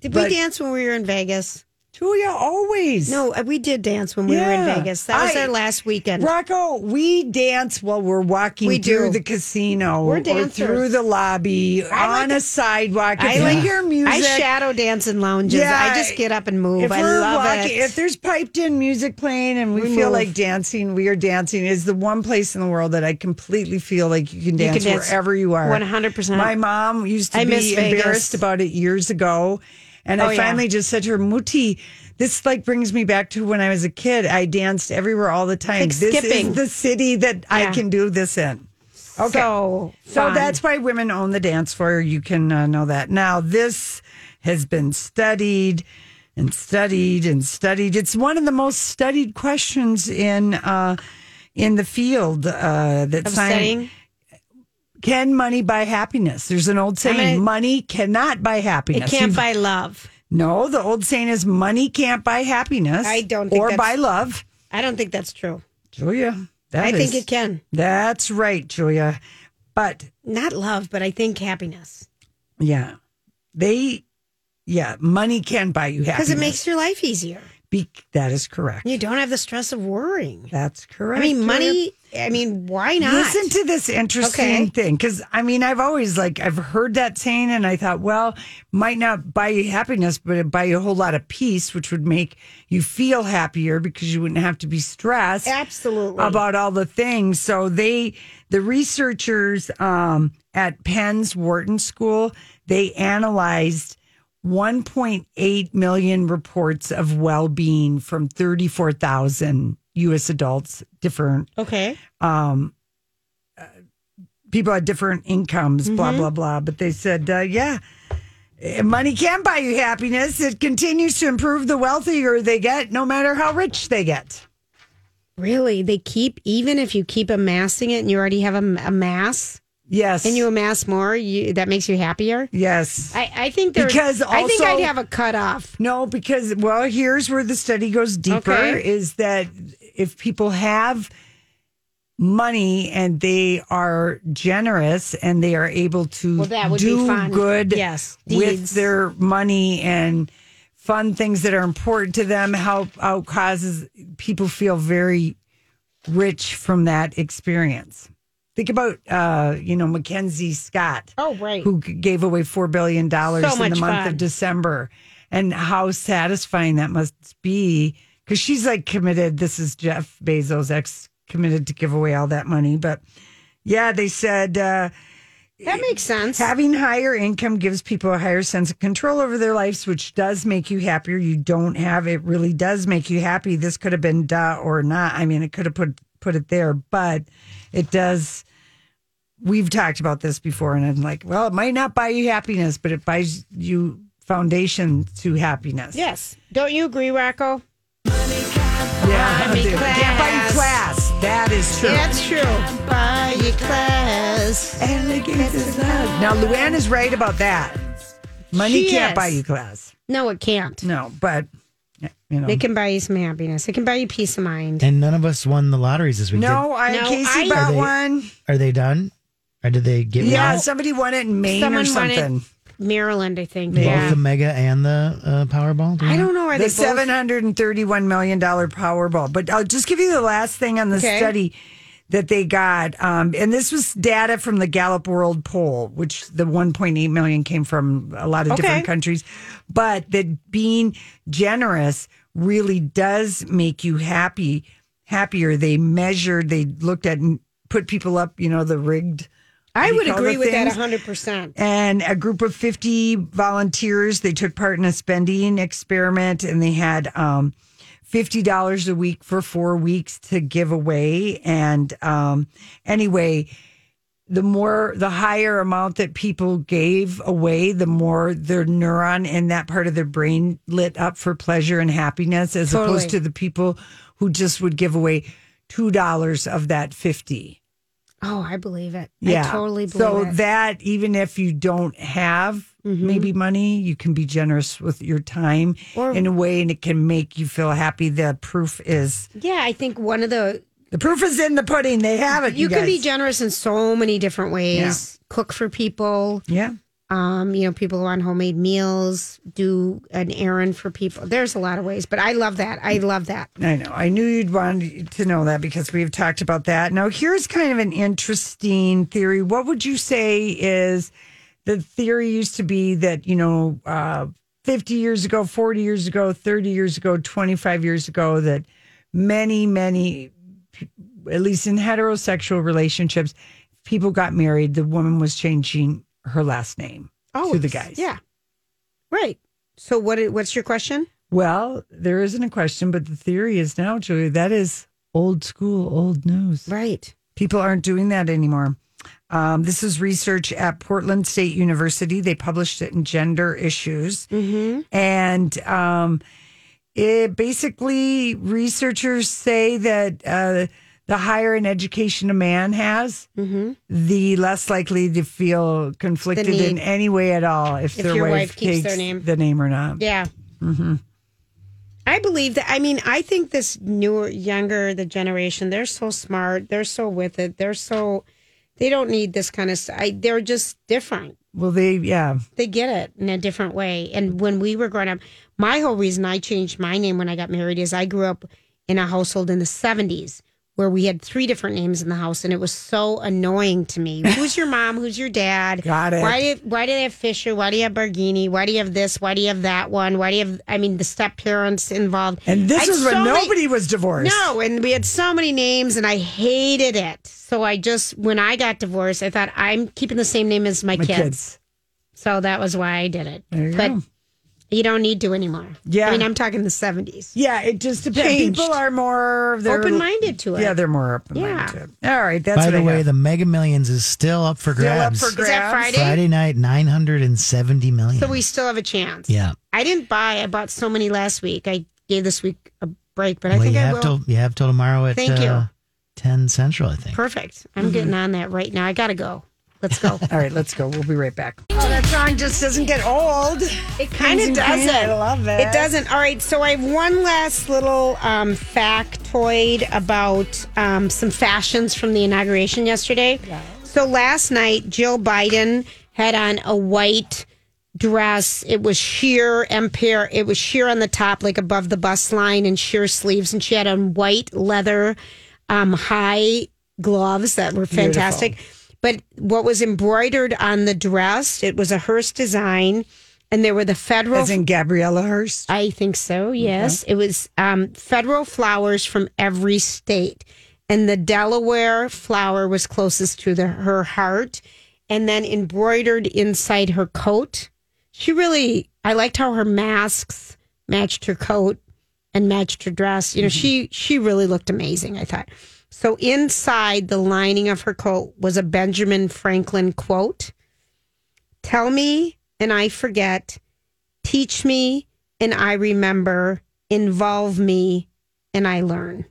S2: Did
S3: But-
S2: we dance when we were in Vegas?
S3: Julia, always.
S2: No, uh, we did dance when we were in
S3: Yeah.
S2: Vegas. That was
S3: I-
S2: our last weekend.
S3: Rocco, we dance while we're walking
S2: We
S3: through
S2: do.
S3: the casino
S2: We're
S3: or
S2: dancers.
S3: through the lobby
S2: like
S3: on
S2: to-
S3: a sidewalk. If
S2: I
S3: you
S2: like-
S3: hear music.
S2: I shadow dance in lounges.
S3: Yeah,
S2: I just get up and move.
S3: if
S2: I
S3: we're
S2: love
S3: walking,
S2: it.
S3: if there's piped in music playing and we,
S2: We
S3: feel
S2: move.
S3: like dancing, we are dancing. Is the one place in the world that I completely feel like you can
S2: can
S3: dance,
S2: dance
S3: wherever you are.
S2: 100%.
S3: My mom used to
S2: I miss
S3: be
S2: Vegas.
S3: embarrassed about it years ago, and
S2: Oh,
S3: I
S2: yeah.
S3: finally just said to her, "Muti, this like brings me back to when I was a kid. I danced everywhere all the time.
S2: Like
S3: this
S2: skipping.
S3: is the city that I
S2: Yeah.
S3: can do this in." Okay.
S2: So,
S3: So
S2: fun.
S3: that's why women own the dance floor. You can uh, know that. Now, this has been studied and studied and studied. It's one of the most studied questions in uh, in the field uh, that
S2: upsetting.
S3: science can money buy happiness. There's an old saying:
S2: mean-
S3: money cannot buy
S2: It
S3: happiness.
S2: can't
S3: You've-
S2: buy love.
S3: No, the old saying is money can't buy happiness.
S2: I don't think
S3: or
S2: that's-
S3: buy love.
S2: I don't think that's true.
S3: Julia, that
S2: I think
S3: is-
S2: it can.
S3: That's right, Julia. But
S2: Not love, but I think happiness.
S3: Yeah. They, yeah, money can buy you happiness.
S2: Because it makes your life easier.
S3: Be- that is correct.
S2: You don't have the stress of worrying.
S3: That's
S2: I
S3: correct.
S2: mean,
S3: Julia.
S2: money, I mean, why not?
S3: Listen to this interesting
S2: Okay.
S3: thing. Because, I mean, I've always like, I've heard that saying and I thought, well, might not buy you happiness, but it buy you a whole lot of peace, which would make you feel happier because you wouldn't have to be stressed.
S2: Absolutely.
S3: about all the things. So they, the researchers um, at Penn's Wharton School, they analyzed 1.8 million reports of well-being from 34,000 U.S. adults, different
S2: okay.
S3: people at different incomes, blah
S2: Mm-hmm.
S3: blah blah. But they said, uh, yeah. eh, Money can buy you happiness. It continues to improve the wealthier they get, no matter how rich they get.
S2: Really? They keep, even if you keep amassing it and you already have a, a mass
S3: Yes.
S2: and you amass more, you, that makes you happier?
S3: yes.
S2: I, I think there,
S3: Because
S2: I think
S3: also-
S2: I'd have a cutoff.
S3: No, because well, here's where the study goes deeper
S2: Okay.
S3: is that if people have money and they are generous and they are able to
S2: Well, that would be
S3: do
S2: fun.
S3: good
S2: Yes,
S3: with
S2: deeds.
S3: their money and fund things that are important to them, help out causes people feel very rich from that experience. Think about uh, you know, Mackenzie Scott
S2: Oh, right.
S3: who g- gave away four billion dollars
S2: So
S3: in the
S2: much
S3: month
S2: fun.
S3: of December, and how satisfying that must be. Because she's like committed. This is Jeff Bezos' ex committed to give away all that money, but yeah, they said uh,
S2: That makes sense.
S3: having higher income gives people a higher sense of control over their lives, which does make you happier. You don't have it really does make you happy. This could have been duh or not. I mean, it could have put put it there, but it does we've talked about this before, and I'm like, well, it might not buy you happiness, but it buys you foundation to happiness.
S2: Yes. Don't you agree, Rocco?
S3: yeah,
S2: me
S3: dude. Can't buy you
S2: class.
S3: class. That is true.
S2: That's true. Buy your class.
S3: Elegance is love. Now, Luann is right about that. Money
S2: She
S3: can't
S2: is.
S3: buy you class.
S2: No, it can't.
S3: No, but you know,
S2: It can buy you some happiness. It can buy you peace of mind.
S1: And none of us won the lotteries this week.
S3: no, I
S2: No,
S3: Casey
S2: I-
S3: bought
S1: Are they-
S3: one.
S1: Did- Are they done? Or did they get
S3: Yeah,
S1: one?
S3: somebody won it in Maine or
S2: Someone won it.
S3: something.
S2: Maryland, I think.
S1: Both
S2: Yeah.
S1: the Mega and the uh, Powerball? Do you
S2: I
S1: know?
S2: don't know. Are
S3: the
S2: they
S3: seven
S2: both?
S3: hundred and thirty-one million dollar Powerball. But I'll just give you the last thing on the
S2: Okay.
S3: study that they got, um, and this was data from the Gallup World Poll, which the one point eight million came from a lot of different
S2: Okay.
S3: countries. But that being generous really does make you happy, happier. They measured, they looked at, and put people up, you know, the rigged.
S2: I would
S3: you call
S2: agree
S3: the
S2: with that
S3: things?
S2: 100%.
S3: and a group of 50 volunteers they took part in a spending experiment and they had um, $50 a week for four weeks to give away and um, anyway the more the higher amount that people gave away the more their neuron in that part of their brain lit up for pleasure and happiness as opposed
S2: Totally.
S3: to the people who just would give away $2 of that 50
S2: Oh, I believe it.
S3: yeah.
S2: I totally believe
S3: so
S2: it. Mm-hmm.
S3: that even if you don't have maybe money, you can be generous with your time in a way and it can make you feel happy. The proof is
S2: yeah, I think one of the
S3: the proof is in the pudding. They have it. You,
S2: you can be
S3: guys.
S2: generous in so many different ways. Cook for people.
S3: Yeah.
S2: Um, you know, people who want homemade meals, do an errand for people. There's a lot of ways, but I love that. I love that.
S3: I know. I knew you'd want to know that because we've talked about that. Now, here's kind of an interesting theory. What would you say is the theory used to be that, you know, uh, 50 years ago, 40 years ago, 30 years ago, 25 years ago, that many, many, at least in heterosexual relationships, people got married, the woman was changing her last name to the guys.
S2: Oh, Yeah. Right. So what? i- What's your question?
S3: Well, there isn't a question, but the theory is now, Julia, that is old school, old news.
S2: Right.
S3: People aren't doing that anymore. Um, this is research at Portland State University. They published it in Gender Issues.
S2: Mm-hmm.
S3: And um, it basically, researchers say that uh, the higher an education a man has, the less likely to feel conflicted in
S2: Mm-hmm. need.
S3: any way at all if,
S2: If
S3: their
S2: your
S3: wife,
S2: wife keeps
S3: takes
S2: their name.
S3: the name or not.
S2: Yeah.
S3: Mm-hmm.
S2: I believe that. I mean, I think this newer, younger, the generation, they're so smart. They're so with it. They're so, they don't need this kind of stuff. They're just different.
S3: Well, they, yeah.
S2: They get it in a different way. And when we were growing up, my whole reason I changed my name when I got married is I grew up in a household in the 70s where we had three different names in the house and it was so annoying to me. Who's your mom? Who's your dad?
S3: Got it.
S2: Why did why do they have Fisher? Why do you have Bargini? Why do you have this? Why do you have that one? Why do you have I mean the step parents involved?
S3: And
S2: I
S3: this
S2: had
S3: is when
S2: so many-
S3: nobody was divorced.
S2: No, and we had so many names and I hated it. So I just when I got divorced, I thought I'm keeping the same name as my,
S3: My
S2: kids.
S3: kids.
S2: So that was why I did it.
S3: There you
S2: but
S3: go.
S2: you don't need to anymore.
S3: Yeah.
S2: I mean, I'm talking the 70s.
S3: Yeah, it just depends.
S2: Changed.
S3: People are more they're-
S2: Open-minded to it.
S3: Yeah, they're more open minded
S2: Yeah.
S3: to it. All right, that's
S1: By
S3: what
S1: the
S3: I
S1: way,
S3: got.
S1: the Mega Millions is still up for
S3: Still up
S1: grabs.
S3: for
S2: Is that
S3: grabs.
S2: Friday?
S1: Friday night, 970 million.
S2: So we still have a chance.
S1: yeah.
S2: I didn't buy. I bought so many last week. I gave this week a break, but I
S1: well,
S2: think
S1: you
S2: I
S1: have
S2: will.
S1: till you have till tomorrow at
S2: Thank you.
S1: uh, 10 Central, I think.
S2: Perfect.
S3: Mm-hmm.
S2: I'm getting on that right now. I got to go. Let's go.
S3: All right, let's go. We'll be right back. Oh, that song just doesn't get old.
S2: It kind
S3: Kings
S2: of
S3: and
S2: doesn't.
S3: queens, I love it.
S2: It doesn't. All right. So I have one last little um, factoid about um, some fashions from the inauguration yesterday. So last night, Jill Biden had on a white dress. It was sheer empire. It was sheer on the top, like above the bust line, and sheer sleeves. And she had on white leather um, high gloves that were fantastic. But what was embroidered on the dress, it was a Hearst design, and there were the federal.
S3: As in Gabriella Hearst.
S2: I think so. Yes, it was um, federal flowers from every state, and the Delaware flower was closest to the, her heart, and then embroidered inside her coat. She really, I liked how her masks matched her coat and matched her dress. You know, she she really looked amazing. I thought. So inside the lining of her coat was a Benjamin Franklin quote Tell me and I forget, teach me and I remember, involve me and I learn.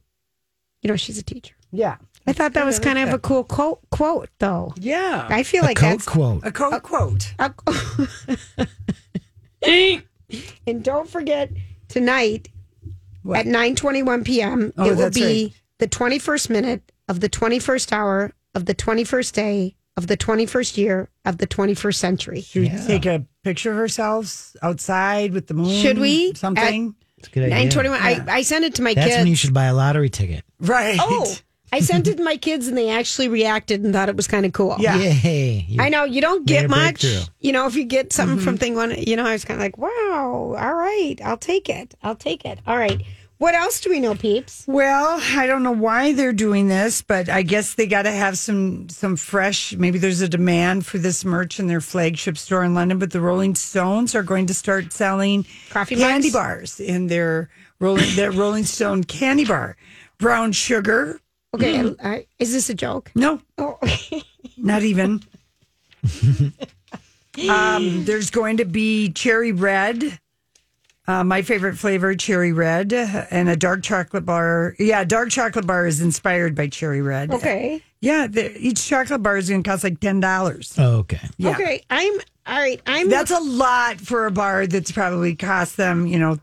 S2: You know, she's a teacher.
S3: Yeah.
S2: I thought that was kind of a cool quote, quote though.
S3: Yeah. Uh,
S2: I feel
S1: a
S2: like
S1: coat
S2: that's
S1: quote.
S3: A quote quote.
S2: and don't forget tonight
S3: What?
S2: at 9:21 p.m.
S3: Oh,
S2: it will
S3: that's
S2: be
S3: right.
S2: the 21st minute of the 21st hour of the 21st day of the 21st year of the 21st century.
S3: Should we take a picture of ourselves outside with the moon?
S2: Should we?
S3: Something?
S1: It's a good idea.
S2: 9:21 I, I sent it to my
S1: That's
S2: kids.
S1: when you should buy a lottery ticket.
S3: right.
S2: oh, I sent it to my kids and they actually reacted and thought it was kind of cool.
S3: Yeah.
S1: Yay. You-
S2: I know you don't
S1: Made
S2: get
S1: a
S2: much.
S1: breakthrough.
S2: You know, if you get something
S3: Mm-hmm.
S2: from thing one, you know, I was kind of like, wow, all right, I'll take it. I'll take it. All right. What else do we know, peeps?
S3: Well, I don't know why they're doing this, but I guess they got to have some some fresh. Maybe there's a demand for this merch in their flagship store in London. But the Rolling Stones are going to start selling
S2: Coffee
S3: candy
S2: mugs?
S3: bars in their Rolling their Rolling Stone candy bar, brown sugar.
S2: Okay.
S3: Mm-hmm.
S2: I, is this a joke?
S3: No,
S2: Oh,
S3: not even. um, there's going to be cherry red, uh, my favorite flavor, cherry red, and a dark chocolate bar. Yeah, dark chocolate bar is inspired by cherry red.
S2: okay.
S3: Yeah, the, each chocolate bar is going to cost like ten dollars.
S1: Oh, okay.
S3: Yeah.
S2: Okay. I'm all right. I'm
S3: That's a lot for a bar that's probably cost them, you know,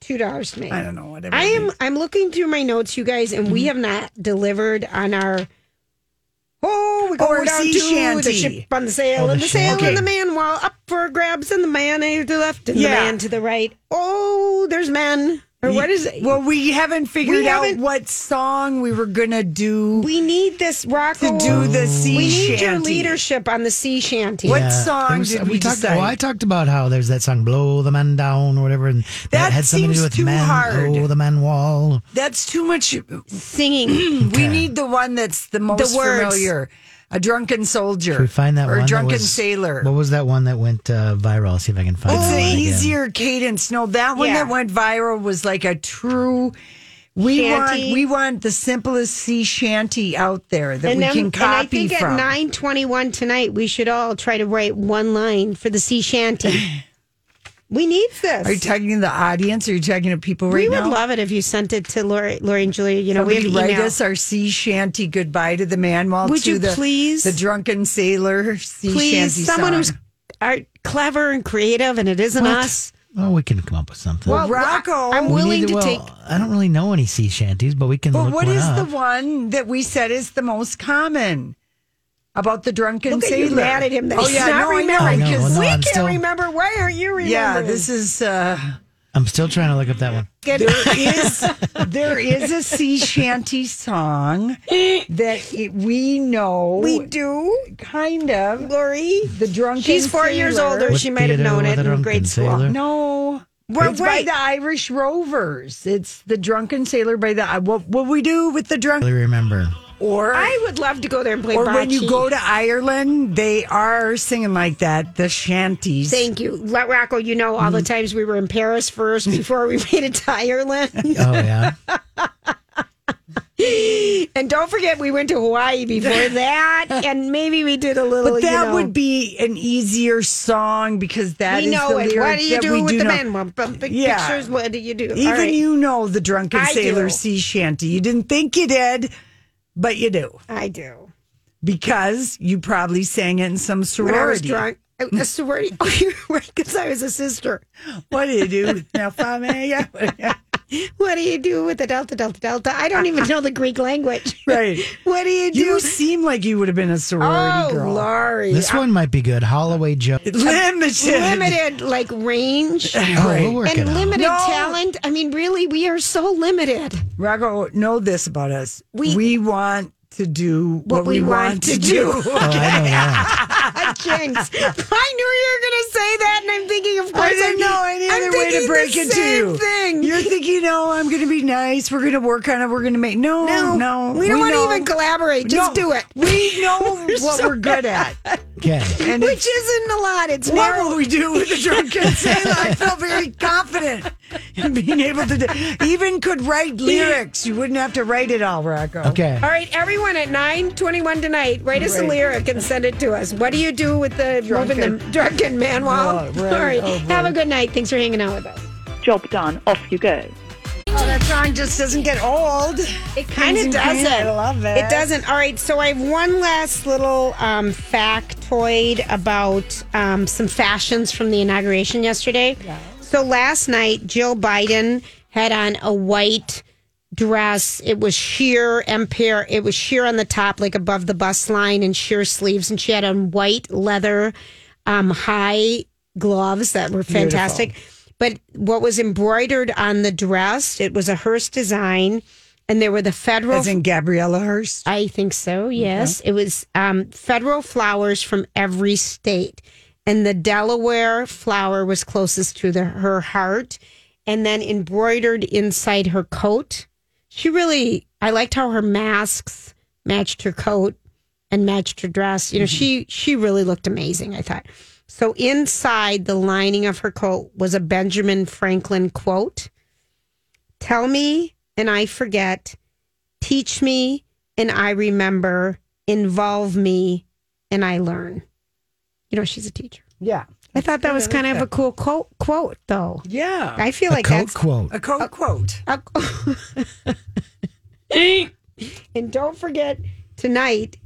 S2: two dollars to me.
S3: I don't know, whatever.
S2: I
S3: it
S2: am
S3: is.
S2: I'm looking through my notes, you guys, and
S3: Mm-hmm.
S2: we have not delivered on our Oh, we go
S3: Or
S2: down
S3: sea
S2: to the
S3: shanty.
S2: ship on the sail
S1: Oh,
S2: and
S1: the
S2: the sail
S1: shanty.
S2: and the man while up for grabs and the man to the left and
S3: Yeah.
S2: the man to the right. Oh, there's men. Or what is it?
S3: Well, we haven't figured
S2: We haven't-
S3: out what song we were going to do
S2: we need this rock
S3: to do the sea
S2: We need your
S3: shanty.
S2: leadership on the sea shanty.
S3: What
S1: Yeah,
S3: song
S1: there was- uh,
S3: did we
S1: talked,
S3: decide?
S1: Well, I talked about how there's that song "Blow the Man Down" or whatever, and that,
S3: That
S1: had something to
S3: seems
S1: do with
S3: too
S1: men.
S3: hard.
S1: Oh, the man wall.
S3: That's too much.
S2: Singing.
S3: We need the one that's the most
S2: words.
S3: familiar. A drunken soldier.
S1: Should we find that
S3: or
S1: one?
S3: a
S1: that
S3: drunken
S1: was-
S3: sailor.
S1: What was that one that went uh, viral? I'll see if I can find
S3: It's
S1: that
S3: an
S1: one again.
S3: easier cadence. No, that one
S2: Yeah.
S3: that went viral was like a true. We
S2: Shanty.
S3: want we want the simplest sea shanty out there that
S2: and,
S3: we
S2: then,
S3: can
S2: and I
S3: copy
S2: think at
S3: from.
S2: nine twenty one tonight, we should all try to write one line for the sea shanty. we need this.
S3: Are you talking to the audience? Or are you talking to people right
S2: we would
S3: now?
S2: love it if you sent it to Lori, Lori and Julia. You know,
S3: Somebody
S2: we have
S3: write
S2: email.
S3: us our sea shanty goodbye to the man while
S2: Would
S3: to
S2: you
S3: the,
S2: please-
S3: the drunken sailor sea shanty
S2: Please, someone
S3: song.
S2: who's art, clever and creative, and it isn't us.
S1: Oh, we can come up with something.
S3: Well, Rocco.
S2: I'm
S1: We
S2: willing
S1: need
S2: to
S1: well,
S2: take.
S1: I don't really know any sea shanties, but we can
S3: But
S1: look
S3: what
S1: one
S3: is
S1: up.
S3: the one that we said is the most common about the drunken
S2: Look at
S3: sailor?
S2: you mad at him. That
S3: oh
S2: he's
S3: yeah,
S2: not
S3: no,
S2: remembering.
S1: I know,
S3: because
S1: well, no,
S2: we
S1: I'm
S2: can't
S1: still-
S2: remember. Why aren't you remembering?
S3: yeah, this is uh,
S1: I'm still trying to look up that one.
S2: Get-
S3: there is there is a sea shanty song that it, we know
S2: we do,
S3: kind of
S2: Lori.
S3: the drunken.
S2: She's four years
S3: sailor.
S2: older.
S1: What
S2: she might have
S1: theater
S2: known
S1: were
S2: it
S1: the
S2: in
S1: drunken
S2: grade school.
S1: sailor?
S3: No.
S2: Well,
S3: it's by
S2: wait.
S3: the Irish Rovers. It's the drunken sailor by the. What will we do with the
S1: I
S3: drunken?
S1: really remember.
S3: Or
S2: I would love to go there and play.
S3: Or when you
S2: bocce.
S3: go to Ireland, they are singing like that, the shanties.
S2: Thank you, Let Rocco. You know all the
S3: Mm-hmm.
S2: times we were in Paris first before we made it to Ireland,
S1: Oh yeah.
S2: and don't forget we went to Hawaii before that, and maybe we did a little.
S3: but that
S2: you know,
S3: would be an easier song because that
S2: we
S3: is
S2: know
S3: the
S2: it.
S3: lyric
S2: What do you
S3: that
S2: do
S3: we
S2: with
S3: do
S2: the
S3: know.
S2: men? Well, bu- big
S3: Yeah.
S2: pictures. What do you do? All
S3: Even
S2: right.
S3: you know the drunken
S2: I
S3: sailor
S2: do.
S3: sea shanty. You didn't think you did, but you do
S2: I do.
S3: because you probably sang it in some
S2: When
S3: sorority.
S2: I was drunk, I- a sorority. Oh, you're right, because I was a sister.
S3: What do you do now? eh? Five a.m.
S2: What do you do with the Delta Delta Delta? I don't even know the Greek language.
S3: right.
S2: What do you do?
S3: You seem like you would have been a
S2: oh,
S3: sorority girl.
S2: Laurie.
S1: This one might be good. Holloway Joe.
S3: Limited.
S2: limited like range and
S1: Oh, we'll work it out.
S2: limited
S3: No.
S2: talent. I mean, really, we are so limited.
S3: Rocco, know this about us.
S2: We-
S3: We, want to do what,
S2: we want to do.
S1: Oh, I know that.
S2: Jinx. I knew you were going to say that, and I'm thinking, of course,
S3: I didn't
S2: I'm-
S3: know any
S2: I'm
S3: other way
S2: thinking
S3: to break
S2: the
S3: it to
S2: same
S3: you.
S2: Thing.
S3: You're thinking, no, I'm going to be nice. We're going to work on it. We're going to make no,
S2: no,
S3: no.
S2: we don't want
S3: know-
S2: to even collaborate. Just
S3: No.
S2: do it.
S3: We know
S2: We're
S3: what
S2: so
S3: we're good at.
S1: Okay.
S3: And
S2: Which isn't a lot. It's
S3: What
S2: narrow.
S3: will we do with the drunken sailor? I feel very confident in being able to do, even could write lyrics. You wouldn't have to write it all, Rocco.
S1: Okay.
S2: All right, everyone at 921 tonight, write us a
S3: Right.
S2: lyric and send it to us. What do you do with the drunken, moving the drunken man wall?
S3: Oh, right.
S2: All right.
S3: Oh,
S2: Have a good night. Thanks for hanging out with us.
S9: Job done. Off you go.
S3: Oh, that song just doesn't get old.
S2: It kind of
S3: Crimson
S2: doesn't.
S3: Cream, I love it.
S2: It doesn't. All right, so I have one last little um, factoid about um, some fashions from the inauguration yesterday. So last night, Jill Biden had on a white dress. It was sheer empire. It was sheer on the top, like above the bust line, and sheer sleeves. And she had on white leather um, high gloves that were fantastic. But what was embroidered on the dress, it was a Hearst design, and there were the federal
S3: As in Gabriella Hearst.
S2: I think so. Yes, it was um, federal flowers from every state, and the Delaware flower was closest to the, her heart, and then embroidered inside her coat. She really, I liked how her masks matched her coat and matched her dress. You know, she she really looked amazing. I thought. So inside the lining of her coat was a Benjamin Franklin quote. Tell me and I forget. Teach me and I remember. Involve me and I learn. You know, she's a teacher.
S3: Yeah.
S2: I thought that was kind of a cool quote, quote though.
S3: Yeah.
S2: I feel
S1: A
S2: like
S1: coat
S2: that's.
S1: quote.
S3: A
S2: Oh.
S3: quote quote.
S2: and don't forget tonight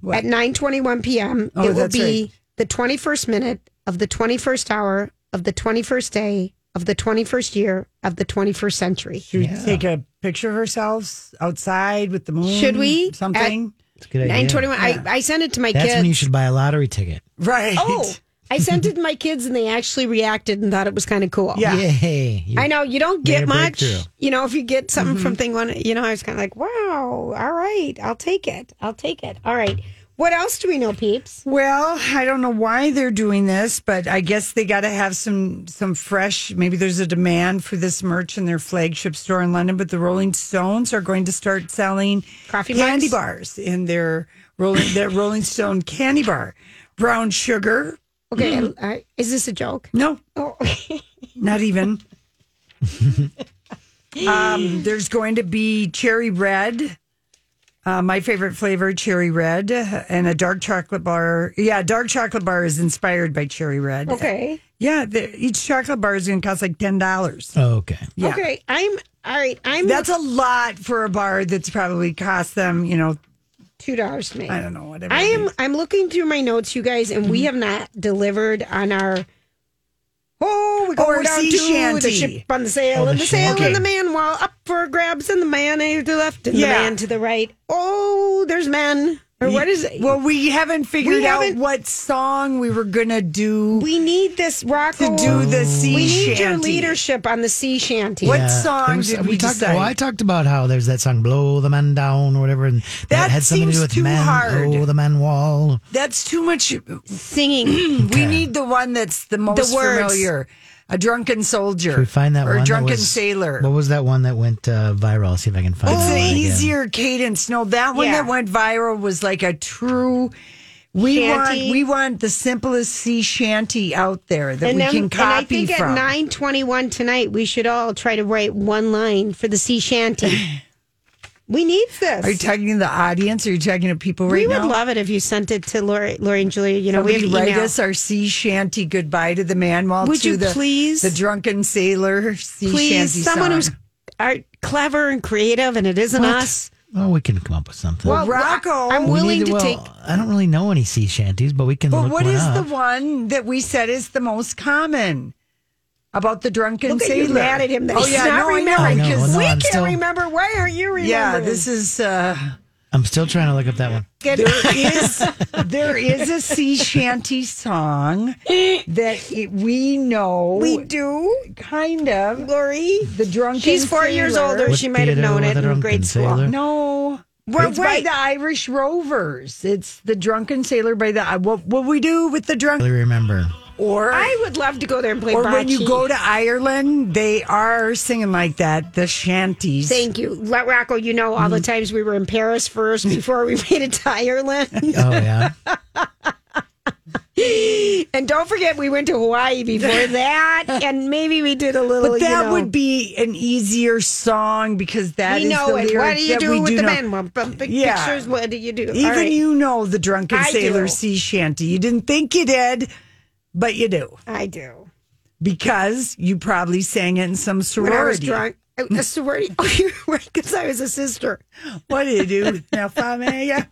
S3: What?
S2: at 9:21 p.m.
S3: Oh,
S2: it will
S3: that's
S2: be the 21st minute of the 21st hour of the 21st day of the 21st year of the 21st century.
S3: Should we take a picture of ourselves outside with the moon?
S2: Should we?
S3: Something?
S1: That's a good idea.
S2: 9:21 I I sent it to my
S1: That's
S2: kids.
S1: when you should buy a lottery ticket.
S3: right.
S2: Oh, I sent it to my kids and they actually reacted and thought it was kind of cool.
S3: Yeah.
S1: Yay. You-
S2: I know you don't
S1: Made
S2: get
S1: a
S2: much.
S1: breakthrough.
S2: You know, if you get something
S3: Mm-hmm.
S2: from thing one, you know, I was kind of like, wow, all right, I'll take it. I'll take it. All right. What else do we know, peeps?
S3: Well, I don't know why they're doing this, but I guess they got to have some some fresh. Maybe there's a demand for this merch in their flagship store in London. But the Rolling Stones are going to start selling
S2: Coffee
S3: candy
S2: mugs?
S3: bars in their Rolling their Rolling Stone candy bar, brown sugar.
S2: Okay.
S3: Mm-hmm.
S2: I, is this a joke?
S3: No,
S2: Oh,
S3: not even. um, there's going to be cherry red. Uh, my favorite flavor, cherry red, and a dark chocolate bar. Yeah, dark chocolate bar is inspired by cherry red.
S2: okay.
S3: Yeah, the, each chocolate bar is going to cost like ten dollars.
S1: Oh, okay.
S3: Yeah.
S2: Okay. I'm all right. I'm
S3: That's a lot for a bar that's probably cost them, you know,
S2: two dollars to me.
S3: I don't know, whatever.
S2: I
S3: it
S2: am.
S3: is.
S2: I'm looking through my notes, you guys, and
S3: Mm-hmm.
S2: we have not delivered on our. Oh, we go
S3: Or
S2: down
S3: sea
S2: to the
S3: shanty.
S2: ship on the sail,
S1: Oh,
S2: and
S1: the
S2: the sail,
S1: shanty.
S2: and the man while up for grabs, and the man to the left, and
S3: Yeah.
S2: the man to the right. Oh, there's men. Or what is it?
S3: Well, we haven't figured
S2: We haven't-
S3: out what song we were going to do
S2: we need this
S3: to
S2: Rocco.
S3: do the sea
S2: we need your
S3: shanty.
S2: leadership on the sea shanty.
S3: What
S1: Yeah,
S3: song
S1: there was-
S3: did we
S1: talked,
S3: decide?
S1: Well, I talked about how there's that song "Blow the Man Down" or whatever, and that,
S3: That
S1: had something
S3: seems
S1: to do with
S3: too
S1: men.
S3: hard.
S1: Oh, the man wall.
S3: That's too much.
S2: Singing.
S3: We need the one that's the most
S2: words.
S3: familiar. A drunken soldier.
S1: Should we find that
S3: or
S1: one?
S3: a
S1: that
S3: drunken
S1: was-
S3: sailor.
S1: What was that one that went uh, viral? I'll see if I can find
S3: It's
S1: that
S3: an
S1: one again.
S3: easier cadence. No, that one
S2: Yeah.
S3: that went viral was like a true. We
S2: Shanty.
S3: want we want the simplest sea shanty out there that
S2: And,
S3: we
S2: then,
S3: can
S2: and I
S3: copy
S2: think
S3: from.
S2: at nine twenty-one tonight, we should all try to write one line for the sea shanty. we need this.
S3: are you talking to the audience? Or are you talking to people right
S2: we would
S3: now?
S2: love it if you sent it to Lori, Lori and Julia. You know,
S3: Somebody
S2: we have
S3: write
S2: email.
S3: us our sea shanty goodbye to the man while
S2: Would
S3: to
S2: you
S3: the,
S2: please-
S3: the drunken sailor sea
S2: Please,
S3: shanty
S2: someone
S3: song.
S2: who's are clever and creative, and it isn't
S1: What?
S2: us.
S1: Oh, we can come up with something.
S3: Well, Rocco.
S2: I'm
S1: We
S2: willing
S1: need
S2: to
S1: well,
S2: take.
S1: I don't really know any sea shanties, but we can.
S3: but
S1: look
S3: what
S1: one
S3: is
S1: up.
S3: the one that we said is the most common about the drunken
S2: Look at
S3: sailor?
S2: you mad at him. That
S3: oh
S2: he's
S3: yeah,
S2: not
S3: no, I know,
S2: remembering.
S1: I know,
S3: because
S1: no,
S2: we
S1: I'm
S2: can't
S1: still-
S2: remember. Why aren't you remembering?
S3: yeah, this is. uh
S1: I'm still trying to look up that one.
S2: Get-
S3: there is there is a sea shanty song that it, we know
S2: we do,
S3: kind of
S2: Lori.
S3: the drunken
S2: She's four years
S3: sailor.
S2: older.
S1: What
S2: she might have
S1: theater
S2: known
S1: were
S2: it
S1: the
S2: in
S1: drunken
S2: grade school.
S1: sailor?
S3: no
S2: We're
S3: it's
S2: right.
S3: by the Irish Rovers. It's the drunken sailor by the uh, what what we do with the
S1: I
S3: drunk
S1: really remember.
S3: or
S2: I would love to go there and play.
S3: or when you
S2: bocce.
S3: go to Ireland, they are singing like that, the shanties.
S2: Thank you, Let Rocco. You know all the
S3: Hmm.
S2: times we were in Paris first before we made it to Ireland.
S1: Oh yeah.
S2: and don't forget, we went to Hawaii before that, and maybe we did a little.
S3: But
S2: you
S3: that
S2: know,
S3: would be an easier song because that
S2: we
S3: is
S2: know
S3: the
S2: it. What
S3: lyric
S2: do you
S3: that
S2: do
S3: we
S2: with
S3: do
S2: the
S3: know.
S2: men? Well, bu- big
S3: Yeah.
S2: pictures. What do you do? All
S3: Even
S2: right.
S3: you know the drunken
S2: I
S3: sailor
S2: do.
S3: sea shanty. You didn't think you did, but you do
S2: I do.
S3: because you probably sang it in some
S2: When
S3: sorority.
S2: I was drunk, I- a sorority. Oh, you're right, because I was a sister.
S3: What do you do now? Five a.m.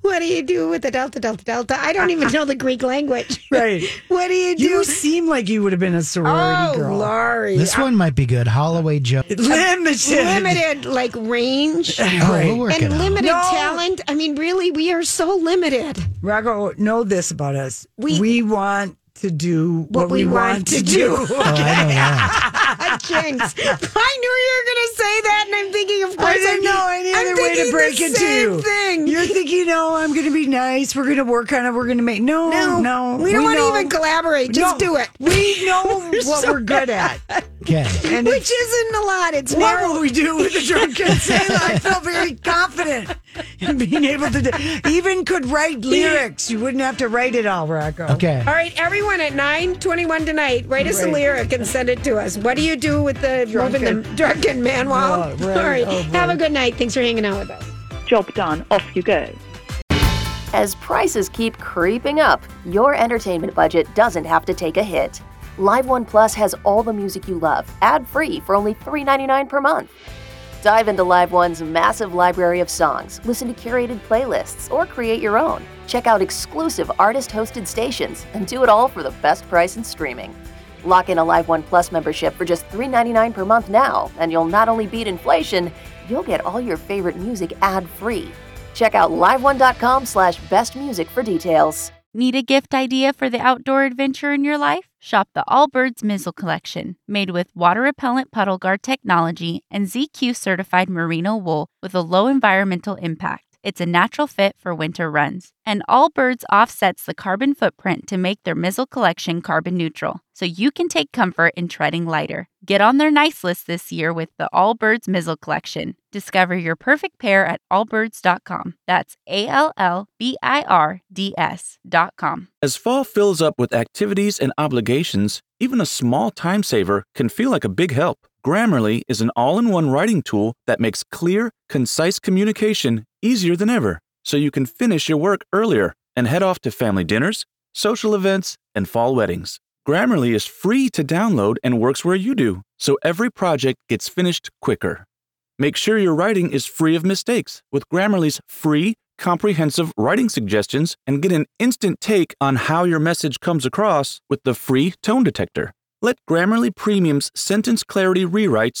S2: What do you do with the Delta, Delta, Delta? I don't even know the Greek language.
S3: Right.
S2: What do you do?
S3: You seem like you would have been a
S2: oh,
S3: sorority girl.
S2: Laurie.
S1: This one might be good. Holloway Joe.
S3: Limited.
S2: limited like range
S1: Oh, we'll work
S2: and
S1: it out.
S2: limited
S3: No.
S2: talent. I mean, really, we are so limited.
S3: Rocco, know this about us. We,
S2: We-
S3: want to do what, we, want, to do.
S1: Oh, I know that.
S2: Jinx. I knew you were going to say that, and I'm thinking, of course,
S3: I didn't know any
S2: I'm
S3: other way to
S2: thinking
S3: break
S2: the
S3: it to
S2: same
S3: you.
S2: Thing.
S3: You're thinking, no, I'm going to be nice. We're going to work on it. We're going to make no, no,
S2: We don't want
S3: know.
S2: to even collaborate. Just
S3: No.
S2: do it.
S3: We know what we're good at,
S1: Okay.
S3: and
S2: Which
S3: it's,
S2: isn't a lot. It's
S3: what
S2: narrow.
S3: will we do with the drunken sailor? I felt very confident in being able to do, even could write lyrics. You wouldn't have to write it all, Rocco.
S1: Okay.
S2: All right, everyone at 921 tonight, write us a
S3: Right.
S2: lyric and send it to us. What do you do with the drunken, moving the drunken man wall?
S3: Oh, right.
S2: All right.
S3: Oh,
S2: Have a
S3: boy.
S2: good night. Thanks for hanging out with us.
S9: Job done. Off you go.
S10: As prices keep creeping up, your entertainment budget doesn't have to take a hit. Live One Plus has all the music you love, ad free for only $3.99 per month. Dive into Live One's massive library of songs, listen to curated playlists, or create your own. Check out exclusive artist hosted stations and do it all for the best price in streaming. Lock in a Live One Plus membership for just $3.99 per month now, and you'll not only beat inflation, you'll get all your favorite music ad free. Check out liveone.com slash best music for details.
S11: Need a gift idea for the outdoor adventure in your life? Shop the Allbirds Mizzle Collection, made with water repellent puddle guard technology and ZQ certified merino wool with a low environmental impact. It's a natural fit for winter runs. And Allbirds offsets the carbon footprint to make their Mizzle Collection carbon neutral, so you can take comfort in treading lighter. Get on their nice list this year with the Allbirds Mizzle Collection. Discover your perfect pair at allbirds.com. That's A L L B I R D S.com.
S12: As fall fills up with activities and obligations, even a small time saver can feel like a big help. Grammarly is an all in one writing tool that makes clear, concise communication easier than ever, so you can finish your work earlier and head off to family dinners, social events, and fall weddings. Grammarly is free to download and works where you do, so every project gets finished quicker. Make sure your writing is free of mistakes with Grammarly's free, comprehensive writing suggestions and get an instant take on how your message comes across with the free tone detector. Let Grammarly Premium's sentence clarity rewrites